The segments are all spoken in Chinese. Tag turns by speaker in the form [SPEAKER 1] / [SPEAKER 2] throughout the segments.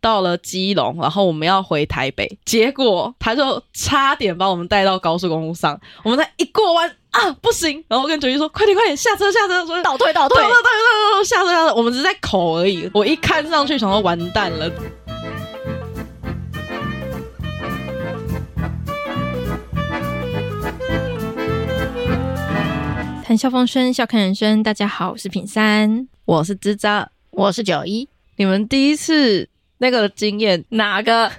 [SPEAKER 1] 到了基隆，然后我们要回台北，结果他就差点把我们带到高速公路上，我们在一过弯啊不行，然后我跟九一说快点快点下车下车，说
[SPEAKER 2] 倒退倒
[SPEAKER 1] 对
[SPEAKER 2] 退
[SPEAKER 1] 对，对对对，下车下车，我们只是在口而已。我一看上去，想说完蛋了。
[SPEAKER 3] 谈笑风生，笑看人生。大家好，我是品三。
[SPEAKER 1] 我是支扎，
[SPEAKER 2] 我是九一，
[SPEAKER 1] 你们第一次那个经验，
[SPEAKER 2] 哪个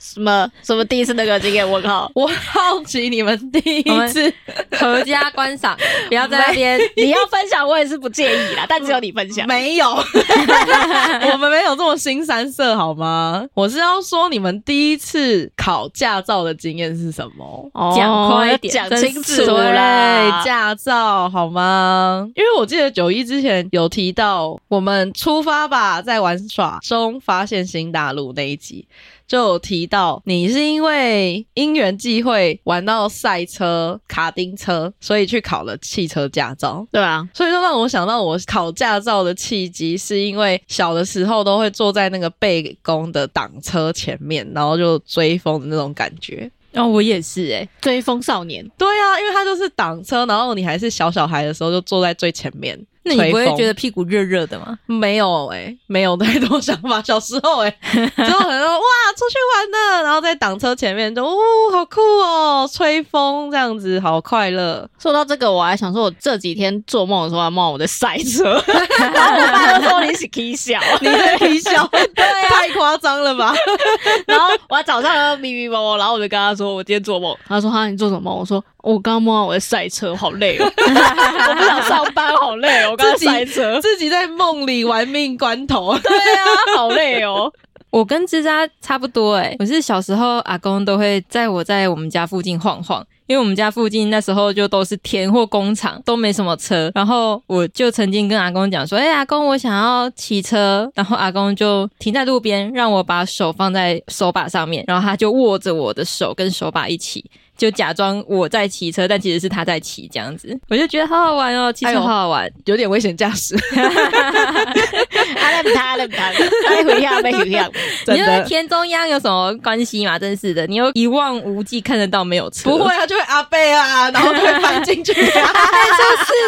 [SPEAKER 2] 什么什么第一次那个经验？我靠！
[SPEAKER 1] 我好奇你们第
[SPEAKER 3] 我
[SPEAKER 1] 一
[SPEAKER 3] 们
[SPEAKER 1] 次，
[SPEAKER 3] 合家观赏， 不要在那边。
[SPEAKER 2] 你要分享，我也是不介意啦，但只有你分享。
[SPEAKER 1] 没 有，我们没有这么新三色好吗？我是要说你们第一次考驾照的经验是什么？哦
[SPEAKER 3] 讲快一点
[SPEAKER 2] 讲
[SPEAKER 3] 真
[SPEAKER 2] 清
[SPEAKER 3] 是
[SPEAKER 2] 楚啦
[SPEAKER 1] 对，。驾照好吗？因为我记得九一之前有提到，我们出发吧，在玩耍中发现新大陆那一集，就有提到你是因为因缘际会玩到赛车、卡丁车，所以去考了汽车驾照。
[SPEAKER 2] 对啊，
[SPEAKER 1] 所以就让我想到我考驾照的契机，是因为小的时候都会坐在那个背弓的挡车前面，然后就追风的那种感觉。
[SPEAKER 3] 哦，我也是哎、
[SPEAKER 2] 追风少年，
[SPEAKER 1] 对啊，因为它就是挡车，然后你还是小小孩的时候就坐在最前面。
[SPEAKER 3] 那你不会
[SPEAKER 1] 吹风
[SPEAKER 3] 觉得屁股热热的吗？
[SPEAKER 1] 没有哎、没有太多想法。小时候 哎、之后可能说哇出去玩呢，然后在挡车前面就哦好酷哦，吹风这样子好快乐。
[SPEAKER 2] 说到这个，我还想说，我这几天做梦的时候还梦我在赛车， 然后我爸就说你是 K 小，
[SPEAKER 1] 你在皮笑， 对、啊太夸张了吧？
[SPEAKER 2] 然后我早上迷迷蒙蒙，然后我就跟他说我今天做梦，他说哈你做什么梦？我说我刚刚梦到我在赛车，好累 哦，我不想上班，好累哦，我刚刚
[SPEAKER 1] 自己
[SPEAKER 2] 赛 车，
[SPEAKER 1] 自己在梦里玩命关头。
[SPEAKER 2] 对啊，好累哦，
[SPEAKER 3] 我跟吱喳差不多哎、我是小时候阿公都会载我在我们家附近晃晃，因为我们家附近那时候就都是田或工厂，都没什么车。然后我就曾经跟阿公讲说：“哎、阿公，我想要骑车。”然后阿公就停在路边，让我把手放在手把上面，然后他就握着我的手跟手把一起。就假装我在骑车，但其实是他在骑，这样子，我就觉得好好玩哦，骑
[SPEAKER 1] 哎
[SPEAKER 3] 车
[SPEAKER 1] 呦
[SPEAKER 3] 好好玩。
[SPEAKER 1] 有点危险驾驶，
[SPEAKER 2] 阿勒不他阿勒不他，阿勒回下被回下，
[SPEAKER 3] 你
[SPEAKER 1] 真
[SPEAKER 3] 觉得
[SPEAKER 1] 的
[SPEAKER 3] 田中央有什么关系嘛？真是的，你又一望无际，看得到没有车？
[SPEAKER 1] 不会，啊，就会阿贝啊，然后就会翻进去、啊，
[SPEAKER 3] 是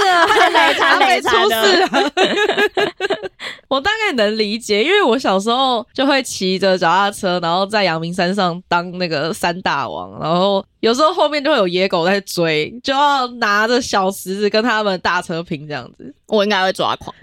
[SPEAKER 3] 啊，
[SPEAKER 2] 累
[SPEAKER 1] 阿
[SPEAKER 2] 惨
[SPEAKER 1] 贝
[SPEAKER 2] 累
[SPEAKER 1] 出
[SPEAKER 2] 惨
[SPEAKER 1] 事
[SPEAKER 2] 的，
[SPEAKER 1] 啊。 我大概能理解，因为我小时候就会骑着脚踏车，然后在阳明山上当那个山大王，然后有时候后面就会有野狗在追，就要拿着小石子跟他们大车拼这样子。
[SPEAKER 2] 我应该会抓 狂，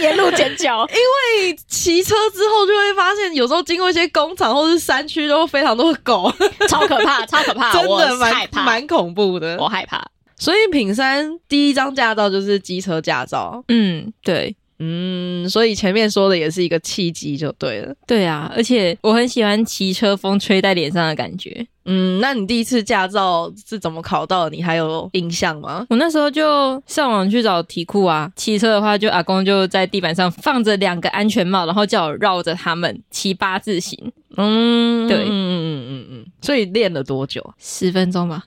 [SPEAKER 2] 沿路尖叫，
[SPEAKER 1] 对，哎骑车之后就会发现，有时候经过一些工厂或是山区，都会非常多的 狗，
[SPEAKER 2] 超可怕，超可怕，
[SPEAKER 1] 真
[SPEAKER 2] 我
[SPEAKER 1] 的蛮
[SPEAKER 2] 害怕，
[SPEAKER 1] 蛮恐怖的。
[SPEAKER 2] 我害怕。
[SPEAKER 1] 所以品山第一张驾照就是机车驾照，
[SPEAKER 3] 嗯，对
[SPEAKER 1] 嗯，所以前面说的也是一个契机就对了。
[SPEAKER 3] 对啊，而且我很喜欢骑车风吹在脸上的感觉。
[SPEAKER 1] 嗯，那你第一次驾照是怎么考到的？你还有印象吗？
[SPEAKER 3] 我那时候就上网去找题库啊，骑车的话就阿公就在地板上放着两个安全帽，然后叫我绕着他们骑八字形，
[SPEAKER 1] 嗯
[SPEAKER 3] 对
[SPEAKER 1] 嗯嗯嗯嗯嗯。所以练了多久？
[SPEAKER 3] 十分钟吧。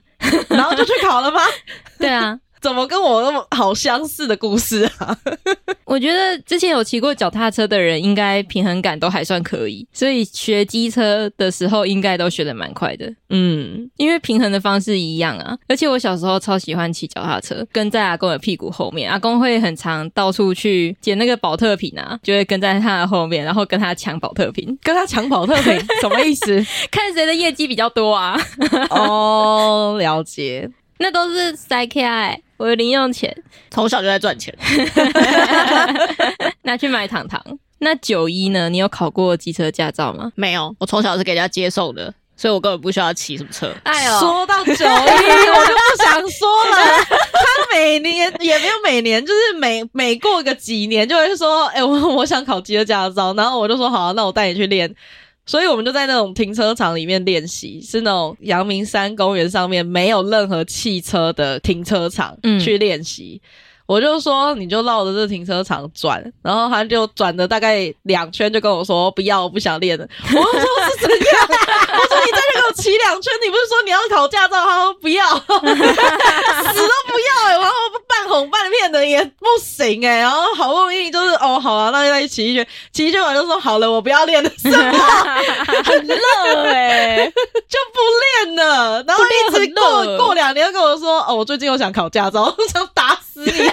[SPEAKER 1] 然后就去考了吗？
[SPEAKER 3] 对啊，
[SPEAKER 1] 怎么跟我那么好相似的故事啊？
[SPEAKER 3] 我觉得之前有骑过脚踏车的人，应该平衡感都还算可以，所以学机车的时候应该都学的蛮快的。
[SPEAKER 1] 嗯，
[SPEAKER 3] 因为平衡的方式一样啊，而且我小时候超喜欢骑脚踏车，跟在阿公的屁股后面。阿公会很常到处去捡那个保特瓶啊，就会跟在他的后面，然后跟他抢保特瓶，
[SPEAKER 1] 跟他抢跑特品什么意思？
[SPEAKER 3] 看谁的业绩比较多啊。
[SPEAKER 1] 哦，了解。
[SPEAKER 3] 那都是塞 K I，我的零用钱
[SPEAKER 2] 从小就在赚钱，
[SPEAKER 3] 拿去买糖糖。那九一呢？你有考过机车驾照吗？
[SPEAKER 2] 没有，我从小是给人家接送的，所以我根本不需要骑什么车。
[SPEAKER 3] 哎呦，
[SPEAKER 1] 说到九一，我就不想说 了。他每年也没有每年，就是每每过个几年就会说：“哎、我我想考机车驾照。”然后我就说：“好啊、那我带你去练。”所以我们就在那种停车场里面练习，是那种阳明山公园上面没有任何汽车的停车场、
[SPEAKER 3] 嗯
[SPEAKER 1] 去练习。我就说你就绕着这停车场转，然后他就转了大概两圈，就跟我说不要，我不想练了。我就说是怎样？我说你在这给我骑两圈，你不是说你要考驾照？他说不要，死都不要、欸。然后半哄半骗的也不行哎、然后好不容易就是哦好啊，那就再去骑一圈，骑一圈完就说好了，我不要练了，什 么
[SPEAKER 2] 很热哎、
[SPEAKER 1] 欸就不练了。然后一直
[SPEAKER 2] 不练很
[SPEAKER 1] 过
[SPEAKER 2] 热
[SPEAKER 1] 过两年又跟我说哦，我最近又想考驾照， 我想打死你。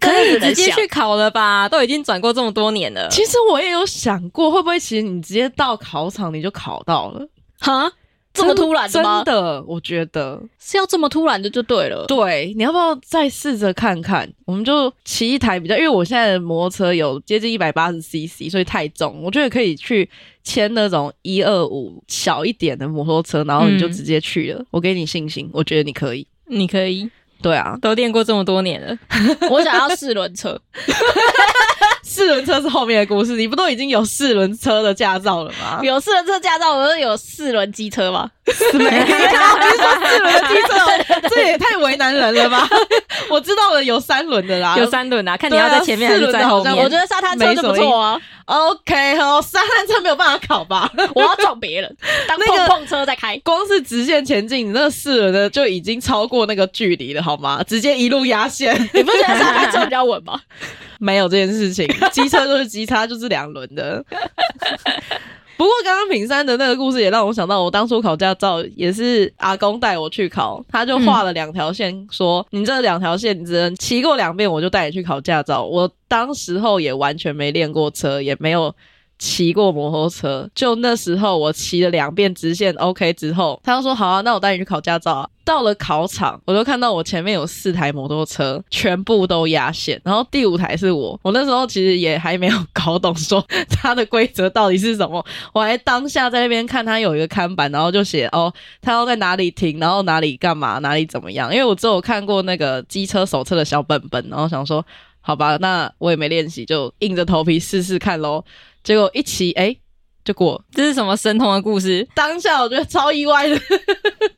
[SPEAKER 3] 可以直
[SPEAKER 2] 真的
[SPEAKER 3] 接
[SPEAKER 2] 想
[SPEAKER 3] 去考了吧？都已经转过这么多年了，
[SPEAKER 1] 其实我也有想过，会不会其实你直接到考场你就考到了？
[SPEAKER 2] 哈，这么突然的
[SPEAKER 1] 真
[SPEAKER 2] 吗？
[SPEAKER 1] 的，我觉得
[SPEAKER 2] 是要这么突然的就对了。
[SPEAKER 1] 对。你要不要再试着看看？我们就骑一台比较，因为我现在的摩托车有接近一百八十 CC，所以太重，我觉得可以去签那种一二五小一点的摩托车，然后你就
[SPEAKER 3] 嗯
[SPEAKER 1] 直接去了。我给你信心，我觉得你可以。
[SPEAKER 3] 你可以
[SPEAKER 1] 对啊，
[SPEAKER 3] 都练过这么多年了，
[SPEAKER 2] 我想要四轮 车，
[SPEAKER 1] 四轮车是后面的故事，你不都已经有四轮车的驾照了 吗？
[SPEAKER 2] 有四轮车驾照，我就有四轮机车嘛。
[SPEAKER 1] 四轮机 车，这也太为难人了吧？ 我知道了，有三轮的啦，
[SPEAKER 3] 有三轮啊，看你
[SPEAKER 1] 对啊
[SPEAKER 3] 要在前面还是在后
[SPEAKER 1] 四轮的好
[SPEAKER 3] 面。
[SPEAKER 1] 像
[SPEAKER 2] 我觉得沙滩车就不错啊，
[SPEAKER 1] OK 哦，三轮车没有办法考吧？
[SPEAKER 2] 我要撞别 人，当
[SPEAKER 1] 那个
[SPEAKER 2] 碰碰车在开。
[SPEAKER 1] 光是直线前进，你那个四轮的就已经超过那个距离了，好吗？直接一路压线，
[SPEAKER 2] 你不觉得沙滩车比较稳吗？
[SPEAKER 1] 没有这件事情。机车就是机车，它就是两轮的。 不过刚刚品山的那个故事也让我想到，我当初考驾照也是阿公带我去考，他就画了两条线，说你这两条线你只能骑过两遍，我就带你去考驾照。我当时候也完全没练过车，也没有骑过摩托车，就那时候我骑了两遍直线 OK 之后，他就说好啊，那我带你去考驾照啊。到了考场，我就看到我前面有四台摩托车，全部都压线，然后第五台是我。我那时候其实也还没有搞懂说 它的规则到底是什么，我还当下在那边看它有一个看板，然后就写哦，它要在哪里停，然后哪里干嘛，哪里怎么样。因为我只有看过那个机车手册的小本本，然后想说好吧，那我也没练习，就硬着头皮试试看喽。结果一骑，哎、就过了。
[SPEAKER 3] 这是什么神童的故事？
[SPEAKER 1] 当下我觉得超意外的，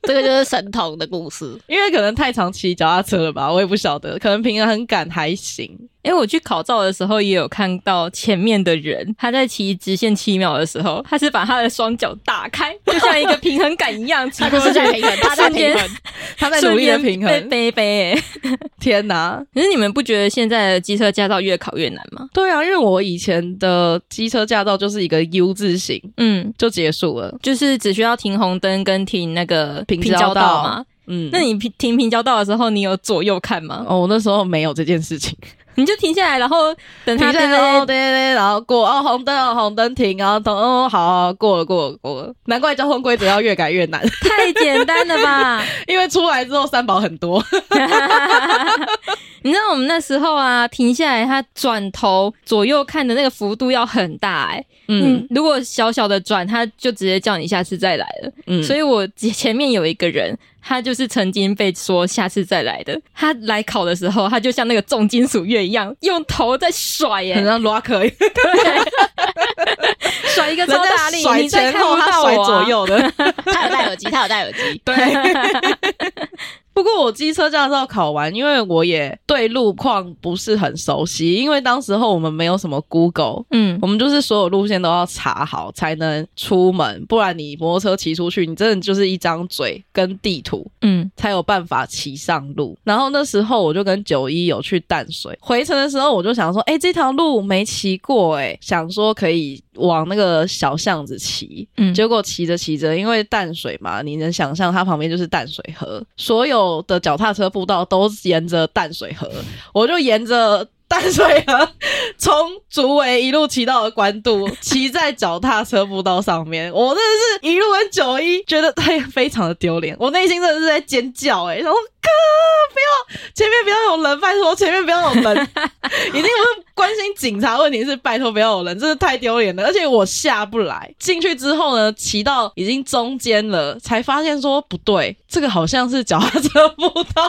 [SPEAKER 2] 这个就是神童的故事。
[SPEAKER 1] 因为可能太常骑脚踏车了吧，我也不晓得，可能平常很赶还行。
[SPEAKER 3] 哎、我去考照的时候也有看到前面的人，他在骑直线七秒的时候，他是把他的双脚打开，就像一个平衡感 一样，骑
[SPEAKER 2] 他
[SPEAKER 3] 过
[SPEAKER 2] 就是
[SPEAKER 3] 去
[SPEAKER 2] 在平衡，他在平衡。
[SPEAKER 1] 他在努力的平
[SPEAKER 3] 瞬间
[SPEAKER 1] 衡。
[SPEAKER 3] 被背背、欸。
[SPEAKER 1] 天哪，
[SPEAKER 3] 可是你们不觉得现在的机车驾照越考越难吗？
[SPEAKER 1] 对啊，因为我以前的机车驾照就是一个 U 字形
[SPEAKER 3] 嗯，
[SPEAKER 1] 就结束了。
[SPEAKER 3] 就是只需要停红灯跟停那个
[SPEAKER 1] 平交
[SPEAKER 3] 交
[SPEAKER 1] 道
[SPEAKER 3] 嘛。
[SPEAKER 1] 嗯，
[SPEAKER 3] 那你平停平交道的时候，你有左右看吗？
[SPEAKER 1] 哦，我那时候没有这件事情，
[SPEAKER 3] 你就停下来，然后等
[SPEAKER 1] 停
[SPEAKER 3] 他
[SPEAKER 1] 下来，哦， 对对对，然后过哦，红灯哦，红灯停，然后等哦，好好过了过了过了，难怪交通规则要越改越难，
[SPEAKER 3] 太简单了吧？
[SPEAKER 1] 因为出来之后三宝很多。
[SPEAKER 3] 你知道我们那时候啊，停下来，他转头左右看的那个幅度要很大哎、嗯，如果小小的转，他就直接叫你下次再来了。
[SPEAKER 1] 嗯
[SPEAKER 3] 所以我前面有一个人，他就是曾经被说下次再来的。他来考的时候，他就像那个重金属乐一样，用头在甩耶、
[SPEAKER 1] 很 像 rock
[SPEAKER 3] 甩一个 超
[SPEAKER 1] 人
[SPEAKER 3] 大
[SPEAKER 1] 家
[SPEAKER 3] 力，
[SPEAKER 1] 甩
[SPEAKER 3] 你才
[SPEAKER 1] 前
[SPEAKER 3] 看
[SPEAKER 1] 后，
[SPEAKER 3] 不
[SPEAKER 1] 他
[SPEAKER 3] 到我、啊
[SPEAKER 1] 甩左。右 的。
[SPEAKER 2] 他有戴耳机，他有戴耳 机。
[SPEAKER 1] 对。 不过我机车驾照考完，因为我也对路况不是很熟悉，因为当时候我们没有什么 Google，
[SPEAKER 3] 嗯，
[SPEAKER 1] 我们就是所有路线都要查好才能出门，不然你摩托车骑出去，你真的就是一张嘴跟地图，
[SPEAKER 3] 嗯，
[SPEAKER 1] 才有办法骑上路。然后那时候我就跟九一有去淡水，回程的时候我就想说，哎、这条路没骑过、诶哎，想说可以往那个小巷子骑。
[SPEAKER 3] 嗯
[SPEAKER 1] 结果骑着骑着，因为淡水嘛，你能想象它旁边就是淡水河，所有的脚踏车步道都沿着淡水河，我就沿着。淡水河从竹围一路骑到了关渡，骑在脚踏车步道上面，我真的是一路跟九一，觉得哎呀非常的丢脸，我内心真的是在尖叫哎、然后哥不要前面不要有人，拜托前面不要有人，已经不是关心警察问题，是拜托不要有人，真的太丢脸了。而且我下不来，进去之后呢，骑到已经中间了，才发现说不对，这个好像是脚踏车步道，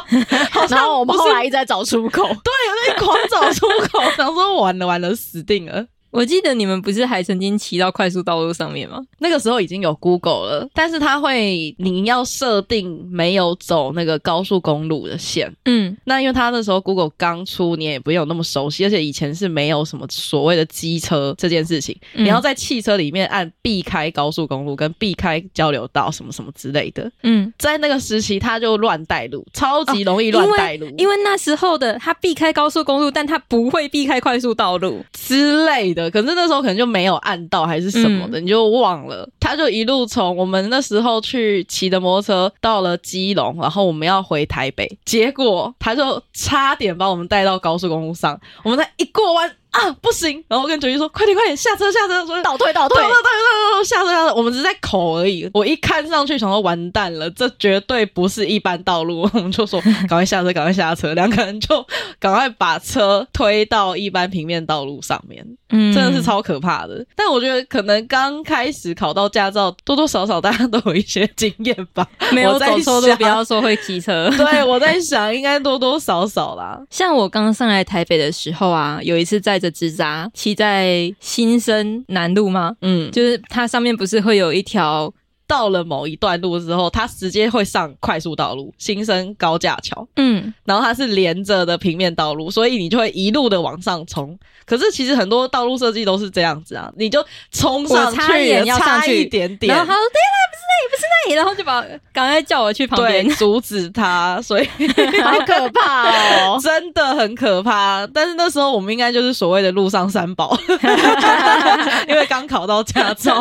[SPEAKER 1] 好
[SPEAKER 2] 然
[SPEAKER 1] 像
[SPEAKER 2] 后我们
[SPEAKER 1] 不是
[SPEAKER 2] 后来一直在找出口，
[SPEAKER 1] 对，我在狂找出口，想说完了完了，死定了。
[SPEAKER 3] 我记得你们不是还曾经骑到快速道路上面吗？
[SPEAKER 1] 那个时候已经有 Google 了，但是它会你要设定没有走那个高速公路的线。
[SPEAKER 3] 嗯，
[SPEAKER 1] 那因为它那时候 Google 刚出，你也不用那么熟悉，而且以前是没有什么所谓的机车这件事情，
[SPEAKER 3] 嗯
[SPEAKER 1] 你要在汽车里面按避开高速公路跟避开交流道什么什么之类的，
[SPEAKER 3] 嗯，
[SPEAKER 1] 在那个时期他就乱带路，超级容易乱带路、
[SPEAKER 3] 哦因为那时候的他避开高速公路，但他不会避开快速道路。
[SPEAKER 1] 之类的，可是那时候可能就没有按到还是什么的，你就忘了。他就一路从我们那时候去骑的摩托车到了基隆，然后我们要回台北，结果他就差点把我们带到高速公路上，我们才一过弯。啊，不行！然后我跟九一说：“快点，快点，下车，下车！”说
[SPEAKER 2] 倒退倒
[SPEAKER 1] 哦对
[SPEAKER 2] 退
[SPEAKER 1] 对对，对对，下车下车，我们只是在口而已。我一看上去，想说完蛋了，这绝对不是一般道路。我们就 说赶快下车，赶快下车，两个人就赶快把车推到一般平面道路上面，
[SPEAKER 3] 嗯
[SPEAKER 1] 真的是超可怕的。但我觉得可能刚开始考到驾照，多多少少大家都有一些经验 吧。
[SPEAKER 3] 没有
[SPEAKER 1] 我在
[SPEAKER 3] 走错路，
[SPEAKER 1] 想
[SPEAKER 3] 不要说会骑 车。
[SPEAKER 1] 对，我在想应该多多少少啦。
[SPEAKER 3] 像我刚上来台北的时候啊，有一次载着直扎骑在新生南路吗？
[SPEAKER 1] 嗯，就
[SPEAKER 3] 就是它上面不是会有一条
[SPEAKER 1] 到了某一段路之后，它直接会上快速道路，新生高架桥。
[SPEAKER 3] 嗯
[SPEAKER 1] 然后它是连着的平面道路，所以你就会一路的往上冲。可是其实很多道路设计都是这样子啊，你就冲上
[SPEAKER 3] 我
[SPEAKER 1] 去，
[SPEAKER 3] 差一点要上
[SPEAKER 1] 差
[SPEAKER 3] 去
[SPEAKER 1] 一点点，
[SPEAKER 3] 然后他说：“对啦，不是那里，不是那里。”然后就把我赶快叫我去旁
[SPEAKER 1] 对
[SPEAKER 3] 边。
[SPEAKER 1] 阻止他，所以
[SPEAKER 2] 好可怕 哦！
[SPEAKER 1] 真的很可怕。但是那时候我们应该就是所谓的路上三 宝，因为刚考到驾照，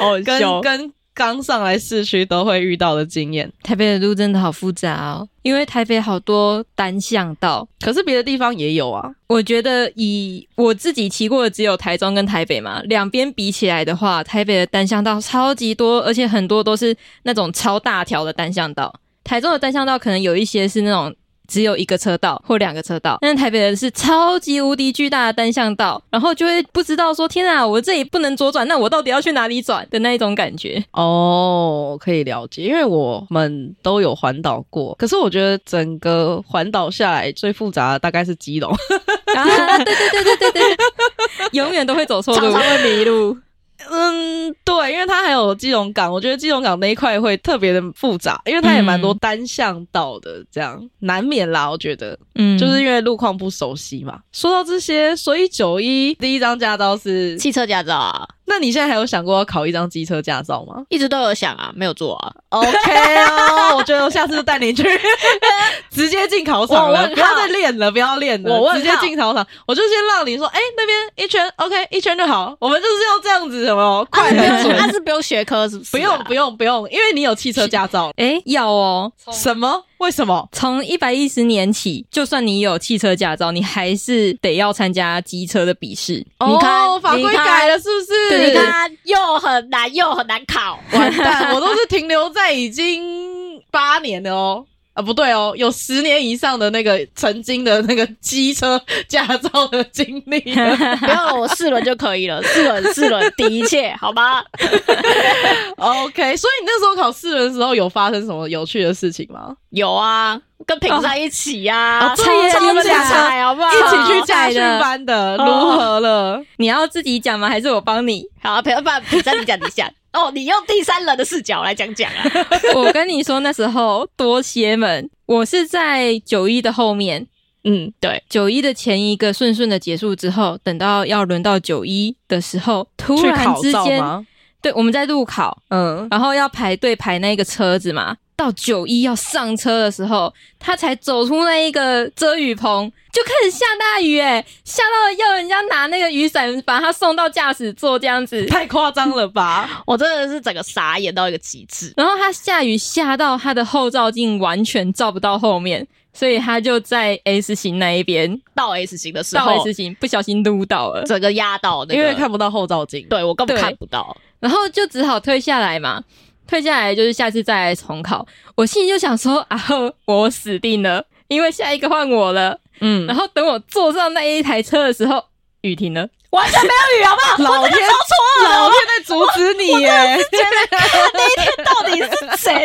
[SPEAKER 2] 哦，
[SPEAKER 1] 跟跟刚上来市区都会遇到的经验。
[SPEAKER 3] 台北的路真的好复杂哦，因为台北好多单向道。
[SPEAKER 1] 可是别的地方也有啊，
[SPEAKER 3] 我觉得以我自己骑过的只有台中跟台北嘛，两边比起来的话，台北的单向道超级多，而且很多都是那种超大条的单向道。台中的单向道可能有一些是那种只有一个车道或两个车道，但是台北的是超级无敌巨大的单向道，然后就会不知道说天啊，我这里不能左转，那我到底要去哪里转的那一种感觉。
[SPEAKER 1] 哦，可以了解，因为我们都有环岛过，可是我觉得整个环岛下来最复杂的大概是基隆，
[SPEAKER 3] 啊，对对对对对对，永远都会走错
[SPEAKER 2] 常
[SPEAKER 3] 路
[SPEAKER 2] 常。会迷路，
[SPEAKER 1] 嗯，对，因为它还有基隆港，我觉得基隆港那一块会特别的复杂，因为它也蛮多单向道的，这样、难免啦，我觉得，
[SPEAKER 3] 嗯，
[SPEAKER 1] 就是因为路况不熟悉嘛。说到这些，所以九一第一张驾照是，
[SPEAKER 2] 汽车驾照啊，
[SPEAKER 1] 那你现在还有想过要考一张机车驾照吗
[SPEAKER 2] 一直都有想啊，没有做啊。
[SPEAKER 1] ？OK 哦，我觉得我下次就带 你去，直接进考场
[SPEAKER 2] 我问
[SPEAKER 1] 了，
[SPEAKER 2] 号
[SPEAKER 1] 不要再练了，不要练了，
[SPEAKER 2] 我问号
[SPEAKER 1] 直接进考场，我就先让你说，哎、那边一圈，OK，一圈就好，我们就是要这样子，什么快
[SPEAKER 2] 不
[SPEAKER 1] 很
[SPEAKER 2] 用，
[SPEAKER 1] 准。
[SPEAKER 2] 他是不啊用学科是不是？
[SPEAKER 1] 不
[SPEAKER 2] 啊
[SPEAKER 1] 用不
[SPEAKER 2] 用，
[SPEAKER 1] 用不用，因为你有汽车驾照。
[SPEAKER 3] 哎，要哦，
[SPEAKER 1] 什么？为什么？
[SPEAKER 3] 从一百一十年起，就算你有汽车驾照，你还是得要参加机车的笔试。
[SPEAKER 2] 你看
[SPEAKER 1] 哦、法规
[SPEAKER 2] 你看
[SPEAKER 1] 改了是不是？
[SPEAKER 3] 对
[SPEAKER 2] 你看又很难又很难 考，
[SPEAKER 1] 完蛋，我都是停留在已经八年了哦。啊，不对哦，有十年以上的那个曾经的那个机车驾照的经历 了
[SPEAKER 2] 不要我四轮就可以了，四轮四轮 抵一切，好吗？
[SPEAKER 1] OK，所以你那时候考四轮的时候有发生什么有趣的事情 吗？
[SPEAKER 2] 有啊，跟平山一起呀、
[SPEAKER 1] 啊
[SPEAKER 2] 啊，
[SPEAKER 1] 对耶
[SPEAKER 2] 超
[SPEAKER 1] 你们
[SPEAKER 2] 精
[SPEAKER 1] 俩
[SPEAKER 2] 彩，好不好？
[SPEAKER 1] 一起去驾
[SPEAKER 3] 改
[SPEAKER 1] 训
[SPEAKER 3] 的
[SPEAKER 1] 班 的，如
[SPEAKER 2] 哦
[SPEAKER 1] 何了？
[SPEAKER 3] 你要自己讲吗？还是我帮 你？
[SPEAKER 2] 好啊，平不平山你讲你讲。哦，你用第三人的视角来讲讲 啊，
[SPEAKER 3] 我跟你说，那时候多邪门，我是在九一的后面。
[SPEAKER 1] 嗯，
[SPEAKER 3] 九一的前一个顺顺的结束之后，等到要轮到九一的时候，突
[SPEAKER 1] 去
[SPEAKER 3] 然
[SPEAKER 1] 考
[SPEAKER 3] 之
[SPEAKER 1] 照
[SPEAKER 3] 间，
[SPEAKER 1] 吗？
[SPEAKER 3] 对，我们在路考，
[SPEAKER 1] 嗯，
[SPEAKER 3] 然后要排队排那个车子嘛。到九一要上车的时候，他才走出那一个遮雨棚，就开始下大雨、欸，下到要人家拿那个雨伞把他送到驾驶座这样子。
[SPEAKER 1] 太夸张了吧？
[SPEAKER 2] 我真的是整个傻眼到一个极致。
[SPEAKER 3] 然后他下雨下到他的后照镜完全照不到后面，所以他就在 S 型那一边
[SPEAKER 2] 到 S 型的时
[SPEAKER 3] 到
[SPEAKER 2] 候，
[SPEAKER 3] S 型不小心撸到了，
[SPEAKER 2] 整个压到那个，
[SPEAKER 1] 因为看不到后照镜。
[SPEAKER 2] 对我根本
[SPEAKER 3] 对
[SPEAKER 2] 看不到，
[SPEAKER 3] 然后就只好退下来嘛。退下来就是下次再来重考。我心里就想说啊呵，我死定了，因为下一个换我了。
[SPEAKER 1] 嗯
[SPEAKER 3] 然后等我坐上那一台车的时候，雨停了，
[SPEAKER 2] 完全没有雨，好不好？
[SPEAKER 1] 老 天，老天在阻止你耶，
[SPEAKER 2] 到底是 怎
[SPEAKER 1] 哎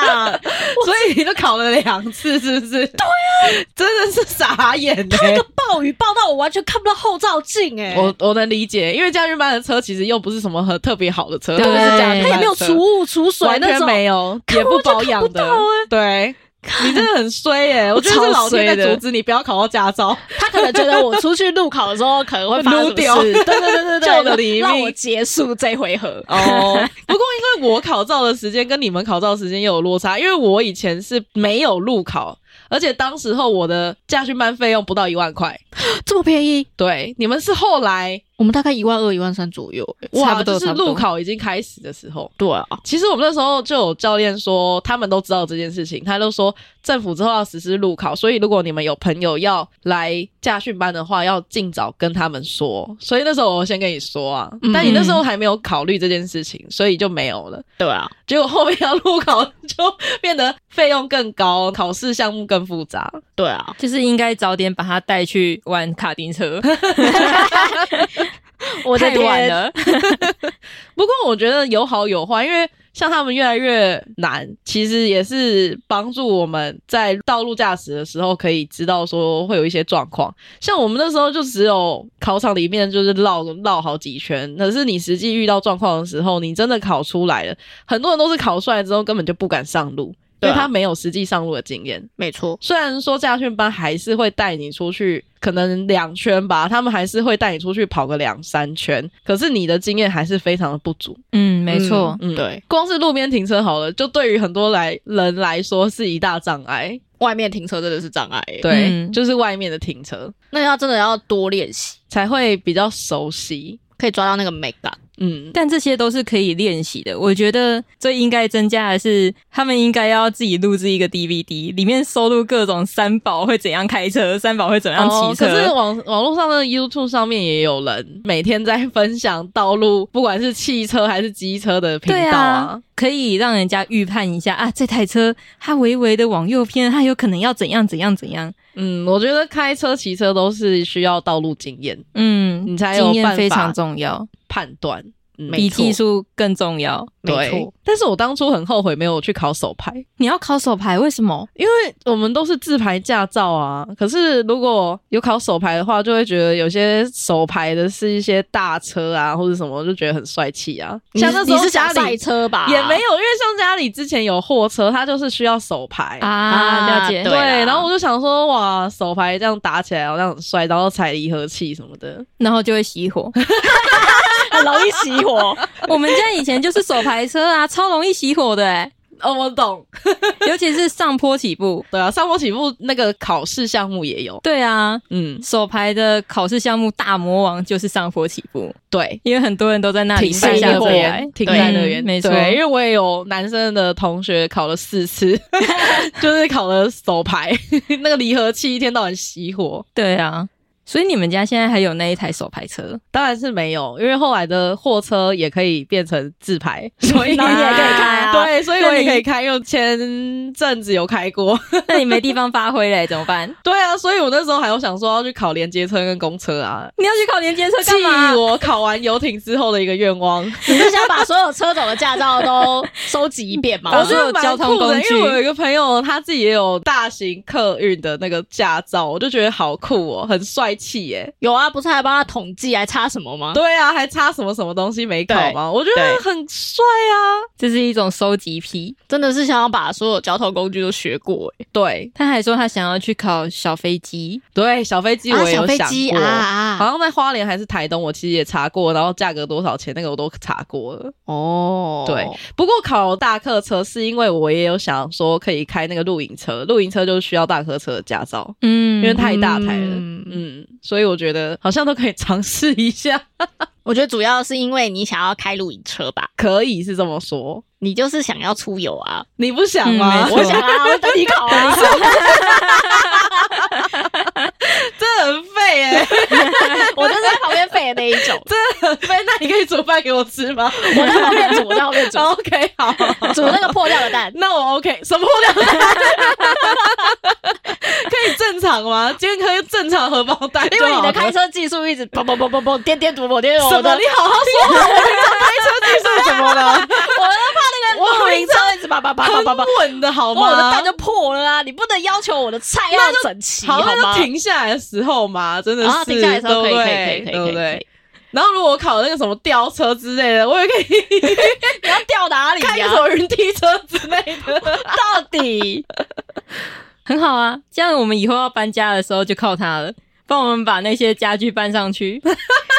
[SPEAKER 2] 样？
[SPEAKER 1] 所以你都考了两次，是不是？对啊，真的是傻眼欸呢。
[SPEAKER 2] 那个暴雨暴到我完全看不到后照镜、哎，
[SPEAKER 1] 我我能理解，因为家训班的车其实又不是什么很特别好的车，
[SPEAKER 3] 对
[SPEAKER 1] 都是家
[SPEAKER 2] 它
[SPEAKER 1] 训班的车
[SPEAKER 2] 也没有除雾除水
[SPEAKER 1] 完
[SPEAKER 2] 那
[SPEAKER 1] 全
[SPEAKER 2] 种，
[SPEAKER 1] 没 有，
[SPEAKER 2] 看
[SPEAKER 1] 也
[SPEAKER 2] 不
[SPEAKER 1] 不
[SPEAKER 2] 到
[SPEAKER 1] 保养的，
[SPEAKER 2] 就看不到欸
[SPEAKER 1] 对。你真的很衰耶、我觉得
[SPEAKER 2] 超
[SPEAKER 1] 是老天
[SPEAKER 2] 衰的
[SPEAKER 1] 在阻止你不要考到驾 照，
[SPEAKER 2] 他可能觉得我出去路考的时候可能会发生什么
[SPEAKER 1] 撸掉
[SPEAKER 2] 事，对对 对对对，
[SPEAKER 1] 救了你一命
[SPEAKER 2] 让我结束这回合。
[SPEAKER 1] 哦， 不过因为我考照的时间跟你们考照的时间也有落差，因为我以前是没有路考，而且当时候我的驾训班费用不到一万块。
[SPEAKER 2] 这么便宜，
[SPEAKER 1] 对，你们是后来
[SPEAKER 2] 我们大概一万二、一万三左右、哎
[SPEAKER 1] 哇，
[SPEAKER 3] 差不多
[SPEAKER 1] 就是
[SPEAKER 3] 差不多
[SPEAKER 1] 路考已经开始的时候。
[SPEAKER 2] 对啊，
[SPEAKER 1] 其实我们那时候就有教练说，他们都知道这件事情，他都说政府之后要实施路考，所以如果你们有朋友要来驾训班的话，要尽早跟他们说。所以那时候我先跟你说啊，
[SPEAKER 2] 嗯
[SPEAKER 1] 但你那时候还没有考虑这件事情，所以就没有了。
[SPEAKER 2] 对啊，
[SPEAKER 1] 结果后面要路考就变得费用更高，考试项目更复杂。
[SPEAKER 2] 对啊，
[SPEAKER 3] 就是应该早点把他带去玩卡丁车，
[SPEAKER 2] 我的
[SPEAKER 3] 太晚
[SPEAKER 2] 天，
[SPEAKER 3] 了。
[SPEAKER 1] 不过我觉得有好有坏，因为像他们越来越难，其实也是帮助我们在道路驾驶的时候可以知道说会有一些状况。像我们那时候就只有考场里面就是绕绕好几圈，可是你实际遇到状况的时候，你真的考出来了，很多人都是考出来之后根本就不敢上路。因
[SPEAKER 2] 对啊
[SPEAKER 1] 为他没有实际上路的经验，
[SPEAKER 2] 没错，
[SPEAKER 1] 虽然说驾训班还是会带你出去，可能两圈吧，他们还是会带你出去跑个两三圈，可是你的经验还是非常的不足。
[SPEAKER 3] 嗯，没错，
[SPEAKER 1] 嗯，
[SPEAKER 2] 对，
[SPEAKER 1] 光是路边停车好了，就对于很多来人来说是一大障碍。
[SPEAKER 2] 外面停车真的是障碍、哎
[SPEAKER 1] 对，
[SPEAKER 3] 嗯
[SPEAKER 1] 就是外面的停车
[SPEAKER 2] 那要真的要多练习，
[SPEAKER 1] 才会比较熟悉。
[SPEAKER 2] 可以抓到那个啊美感。
[SPEAKER 1] 嗯，
[SPEAKER 3] 但这些都是可以练习的。我觉得最应该增加的是，他们应该要自己录制一个 DVD，里面收录各种三宝会怎样开车，三宝会怎样骑车。
[SPEAKER 1] 哦可是网网络上的 YouTube 上面也有人每天在分享道路，不管是汽车还是机车的频
[SPEAKER 3] 对
[SPEAKER 1] 道
[SPEAKER 3] 啊，可以让人家预判一下啊，这台车它微微的往右偏，它有可能要怎样怎样怎样。
[SPEAKER 1] 嗯，我觉得开车、骑车都是需要道路经验
[SPEAKER 3] 嗯，
[SPEAKER 1] 你才有
[SPEAKER 3] 经
[SPEAKER 1] 办
[SPEAKER 3] 验
[SPEAKER 1] 法
[SPEAKER 3] 非常重要，
[SPEAKER 1] 判断。嗯
[SPEAKER 2] 没
[SPEAKER 3] 比
[SPEAKER 2] 错
[SPEAKER 3] 技术更重要。
[SPEAKER 2] 没
[SPEAKER 1] 对
[SPEAKER 2] 错，，
[SPEAKER 1] 但是我当初很后悔没有去考手牌，
[SPEAKER 3] 你要考手牌，为什么？
[SPEAKER 1] 因为我们都是自排驾照啊。可是如果有考手牌的话，就会觉得有些手牌的是一些大车啊，或者什么，就觉得很帅气啊。像那时
[SPEAKER 2] 你
[SPEAKER 1] 候
[SPEAKER 2] 是啊
[SPEAKER 1] 家
[SPEAKER 2] 想
[SPEAKER 1] 里
[SPEAKER 2] 赛车吧？
[SPEAKER 1] 也没有，因为像家里之前有货车，它就是需要手牌。
[SPEAKER 3] 啊，了解。
[SPEAKER 2] 对
[SPEAKER 1] 对，
[SPEAKER 2] 啦
[SPEAKER 1] 然后我就想说，哇，手牌这样打起来好像很帅，然后踩离合器什么的。
[SPEAKER 3] 然后就会熄 火。
[SPEAKER 2] 很容易熄 火。
[SPEAKER 3] 我们家以前就是手牌车啊，超容易熄火的、欸，
[SPEAKER 1] 哦，我懂。
[SPEAKER 3] 尤其是上坡起步。
[SPEAKER 1] 对啊，上坡起步那个考试项目也有。
[SPEAKER 3] 对啊，
[SPEAKER 1] 嗯，
[SPEAKER 3] 手牌的考试项目大魔王就是上坡起步，
[SPEAKER 1] 对，
[SPEAKER 3] 因为很多人都在那里
[SPEAKER 1] 停
[SPEAKER 3] 败
[SPEAKER 1] 在
[SPEAKER 3] 啊下
[SPEAKER 1] 那
[SPEAKER 3] 阵来
[SPEAKER 1] 边，，停在那
[SPEAKER 3] 对
[SPEAKER 1] 边，
[SPEAKER 3] 没错。
[SPEAKER 1] 对因为我也有男生的同学考了四 次，就是考了手牌，那个离合器一天到晚熄火。
[SPEAKER 3] 对啊，所以你们家现在还有那一台手牌 车，
[SPEAKER 1] 当然是没有，因为后来的货车也可以变成自排， 所以
[SPEAKER 2] 然后你也可以开啊
[SPEAKER 1] 对，所以我
[SPEAKER 3] 那
[SPEAKER 1] 也
[SPEAKER 3] 你
[SPEAKER 1] 可以开，因为前阵子有开过。
[SPEAKER 3] 那你没地方发挥嘞，怎么办？
[SPEAKER 1] 对啊，所以我那时候还有想说要去考连接车跟公车啊，
[SPEAKER 3] 你要去考连接车
[SPEAKER 1] 基
[SPEAKER 3] 干
[SPEAKER 1] 于
[SPEAKER 3] 嘛？
[SPEAKER 1] 我考完游艇之后的一个愿望。
[SPEAKER 2] 你是想把所有车种的驾照都收集一 遍吗？
[SPEAKER 3] 把
[SPEAKER 1] 我
[SPEAKER 3] 所
[SPEAKER 1] 是
[SPEAKER 3] 有
[SPEAKER 1] 蛮
[SPEAKER 3] 交通
[SPEAKER 1] 酷的
[SPEAKER 3] 工具
[SPEAKER 1] 因为我有一个朋友，他自己也有大型客运的那个驾照，我就觉得好酷哦，很帅气耶。
[SPEAKER 2] 有啊，不是还帮他统计，还差什么吗？
[SPEAKER 1] 对啊，还差什么什么东西没考吗？我觉得
[SPEAKER 2] 对
[SPEAKER 1] 很帅啊。
[SPEAKER 3] 这是一种收集癖。
[SPEAKER 2] 真的是想要把所有交通工具都学过、欸，
[SPEAKER 1] 对
[SPEAKER 3] 他还说他想要去考小飞机，
[SPEAKER 1] 对，小飞机我也有想过。好
[SPEAKER 2] 啊！
[SPEAKER 1] 像在花莲还是台东，我其实也查过，然后价格多少钱那个我都查过了。
[SPEAKER 2] 哦，
[SPEAKER 1] 对，不过考大客车是因为我也有想说可以开那个露营车，露营车就需要大客车的驾照，
[SPEAKER 3] 嗯，
[SPEAKER 1] 因为太大台了。
[SPEAKER 2] 嗯
[SPEAKER 1] 嗯，所以我觉得好像都可以尝试一下。
[SPEAKER 2] 我觉得主要是因为你想要开露营车吧，
[SPEAKER 1] 可以是这么说，
[SPEAKER 2] 你就是想要出游啊。
[SPEAKER 1] 你不想吗？
[SPEAKER 3] 嗯没错
[SPEAKER 2] 我想啊，我等你考啊。
[SPEAKER 1] 这很废 哎、
[SPEAKER 2] 我就是在旁边背的那一种，
[SPEAKER 1] 这很废。那你可以煮饭给我吃 吗哦
[SPEAKER 2] 我在后面煮，我在后面煮，
[SPEAKER 1] ？OK，好，
[SPEAKER 2] 煮那个破掉的蛋。
[SPEAKER 1] 那我 OK。什么破掉蛋？可以正常吗？健康正常荷包蛋就
[SPEAKER 2] 因
[SPEAKER 1] 好了，
[SPEAKER 2] 为你的开车技术一直砰砰砰砰砰，颠颠堵我颠
[SPEAKER 1] 什
[SPEAKER 2] 我
[SPEAKER 1] 么？
[SPEAKER 2] 的
[SPEAKER 1] 你，好好说话，我平常开车技术怎 么了？
[SPEAKER 2] 我的名车一直叭叭叭叭叭叭
[SPEAKER 1] 很，稳的好
[SPEAKER 2] 我的
[SPEAKER 1] 吗
[SPEAKER 2] 蛋？就破了啊！你不能要求我的菜要整齐
[SPEAKER 1] 好，那
[SPEAKER 2] 吗
[SPEAKER 1] 就？停下来的时候嘛，真的是，
[SPEAKER 2] 啊，停下来的时候可以
[SPEAKER 1] 对
[SPEAKER 2] 可
[SPEAKER 1] 不
[SPEAKER 2] 以
[SPEAKER 1] 对
[SPEAKER 2] 可以可
[SPEAKER 1] 对
[SPEAKER 2] 以
[SPEAKER 1] 不
[SPEAKER 2] 可以可
[SPEAKER 1] 对
[SPEAKER 2] 以，？
[SPEAKER 1] 然后如果我考那个什么吊车之类的，我也可以
[SPEAKER 2] 你要掉哪里啊
[SPEAKER 1] 开个
[SPEAKER 2] 呀
[SPEAKER 1] 什？么云梯车之类 的。
[SPEAKER 2] 到底
[SPEAKER 3] 很好啊，这样我们以后要搬家的时候就靠它了，帮我们把那些家具搬上去，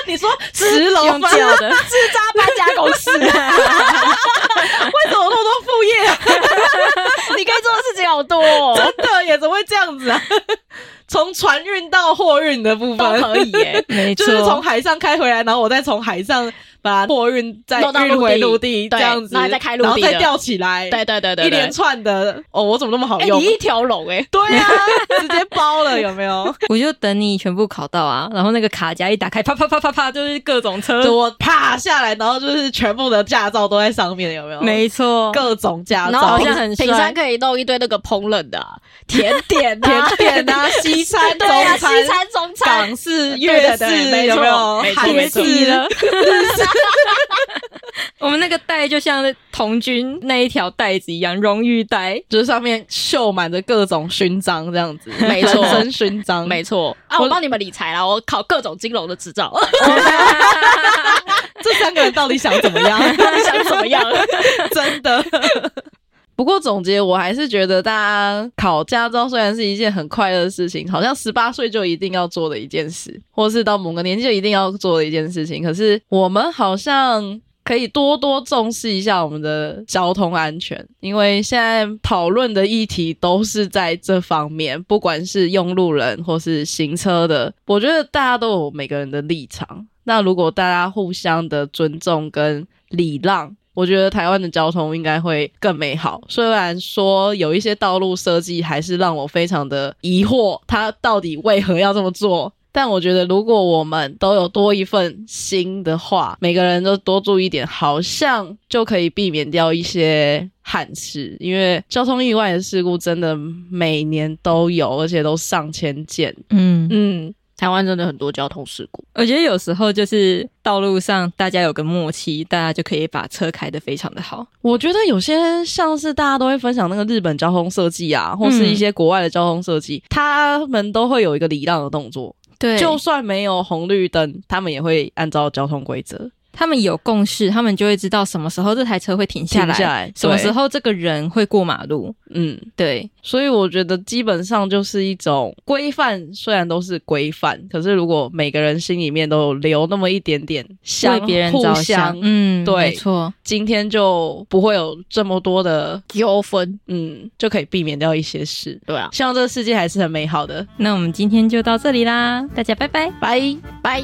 [SPEAKER 1] 你说十楼
[SPEAKER 3] 用
[SPEAKER 1] 吗？
[SPEAKER 3] 叫 的。
[SPEAKER 2] 自扎搬家公司，
[SPEAKER 1] 为什么那么多副业啊？
[SPEAKER 2] 你可以做的事情好多哦，
[SPEAKER 1] 真的也怎么会这样子啊？ 从船运到货运的部
[SPEAKER 2] 都
[SPEAKER 1] 分。
[SPEAKER 2] 可以耶。
[SPEAKER 3] 没
[SPEAKER 1] 就
[SPEAKER 3] 错，
[SPEAKER 1] 是从海上开回来，然后我再从海上把货运再
[SPEAKER 2] 弄到陆地
[SPEAKER 1] 运回陆地，这
[SPEAKER 2] 对
[SPEAKER 1] 样子，
[SPEAKER 2] 然后再开陆地
[SPEAKER 1] 然后再
[SPEAKER 2] 的
[SPEAKER 1] 吊起来，
[SPEAKER 2] 对对对对，
[SPEAKER 1] 一连串的。哦，我怎么那么好
[SPEAKER 2] 哎，
[SPEAKER 1] 用？
[SPEAKER 2] 你一条龙 哎，
[SPEAKER 1] 对啊，直接包了有没有？
[SPEAKER 3] 我就等你全部考到啊，然后那个卡夹一打开，啪啪啪啪啪，就是各种车，
[SPEAKER 1] 就我啪下来，然后就是全部的驾照都在上面，有没有？
[SPEAKER 3] 没错，
[SPEAKER 1] 各种驾
[SPEAKER 2] 然后
[SPEAKER 1] 照
[SPEAKER 3] 好
[SPEAKER 2] 品，
[SPEAKER 3] 像很帅
[SPEAKER 2] 品山可以弄一堆那个烹饪的啊甜点 啊、
[SPEAKER 1] 甜点啊，西餐、中
[SPEAKER 2] 对啊，
[SPEAKER 1] 餐、
[SPEAKER 2] 西餐、中餐
[SPEAKER 1] 港。式、
[SPEAKER 2] 对
[SPEAKER 1] 粤
[SPEAKER 2] 对
[SPEAKER 1] 式
[SPEAKER 2] 对，没
[SPEAKER 1] 有
[SPEAKER 2] 错
[SPEAKER 1] 没有
[SPEAKER 2] 没？错
[SPEAKER 1] 韩
[SPEAKER 2] 没
[SPEAKER 3] 铁
[SPEAKER 2] 错
[SPEAKER 3] 骑
[SPEAKER 1] 式
[SPEAKER 3] 了。我们那个带就像童军那一条带子一样，荣誉带。
[SPEAKER 1] 就是上面绣满着各种勋章，这样子，
[SPEAKER 2] 没错
[SPEAKER 1] 人生勋章，
[SPEAKER 2] 没错啊，我帮你们理财啦，我考各种金融的执照，
[SPEAKER 1] 这三个人到底想怎么样？
[SPEAKER 2] 你想怎 么样？
[SPEAKER 1] 真的。 不过总结，我还是觉得大家考驾照虽然是一件很快乐的事情，好像十八岁就一定要做的一件事，或是到某个年纪就一定要做的一件事情。可是我们好像可以多多重视一下我们的交通安全，因为现在讨论的议题都是在这方面，不管是用路人或是行车的，我觉得大家都有每个人的立场。那如果大家互相的尊重跟礼让，我觉得台湾的交通应该会更美好。虽然说有一些道路设计还是让我非常的疑惑，它到底为何要这么做？但我觉得，如果我们都有多一份心的话，每个人都多注意一点，好像就可以避免掉一些憾事。因为交通意外的事故真的每年都有，而且都上千件。
[SPEAKER 3] 嗯，
[SPEAKER 1] 嗯，
[SPEAKER 2] 台湾真的很多交通事故，
[SPEAKER 3] 我觉得有时候就是道路上大家有个默契，大家就可以把车开得非常的好。
[SPEAKER 1] 我觉得有些像是大家都会分享那个日本交通设计啊，或是一
[SPEAKER 3] 嗯
[SPEAKER 1] 些国外的交通设计，他们都会有一个礼让的动作，
[SPEAKER 3] 对
[SPEAKER 1] 就
[SPEAKER 3] 就
[SPEAKER 1] 算没有红绿灯，他们也会按照交通规则
[SPEAKER 3] 他们有共识，他们就会知道什么时候这台车会停下
[SPEAKER 1] 停
[SPEAKER 3] 来，
[SPEAKER 1] 下来。
[SPEAKER 3] 什么
[SPEAKER 1] 对
[SPEAKER 3] 时？候这个人会过马路。
[SPEAKER 1] 嗯，
[SPEAKER 3] 对，
[SPEAKER 1] 所以我觉得基本上就是一种规范，虽然都是规范，可是如果每个人心里面都有留那么一点点
[SPEAKER 3] 为
[SPEAKER 1] 想
[SPEAKER 3] 别人
[SPEAKER 1] 互
[SPEAKER 3] 着
[SPEAKER 1] 相
[SPEAKER 3] 想，，嗯，
[SPEAKER 1] 对
[SPEAKER 3] 没错，
[SPEAKER 1] 今天就不会有这么多的，
[SPEAKER 2] 纠纷，
[SPEAKER 1] 嗯，就可以避免掉一些事。
[SPEAKER 2] 对啊，
[SPEAKER 1] 希望这个世界还是很美好的。
[SPEAKER 3] 那我们今天就到这里啦，大家拜拜。
[SPEAKER 1] 拜。
[SPEAKER 2] 拜。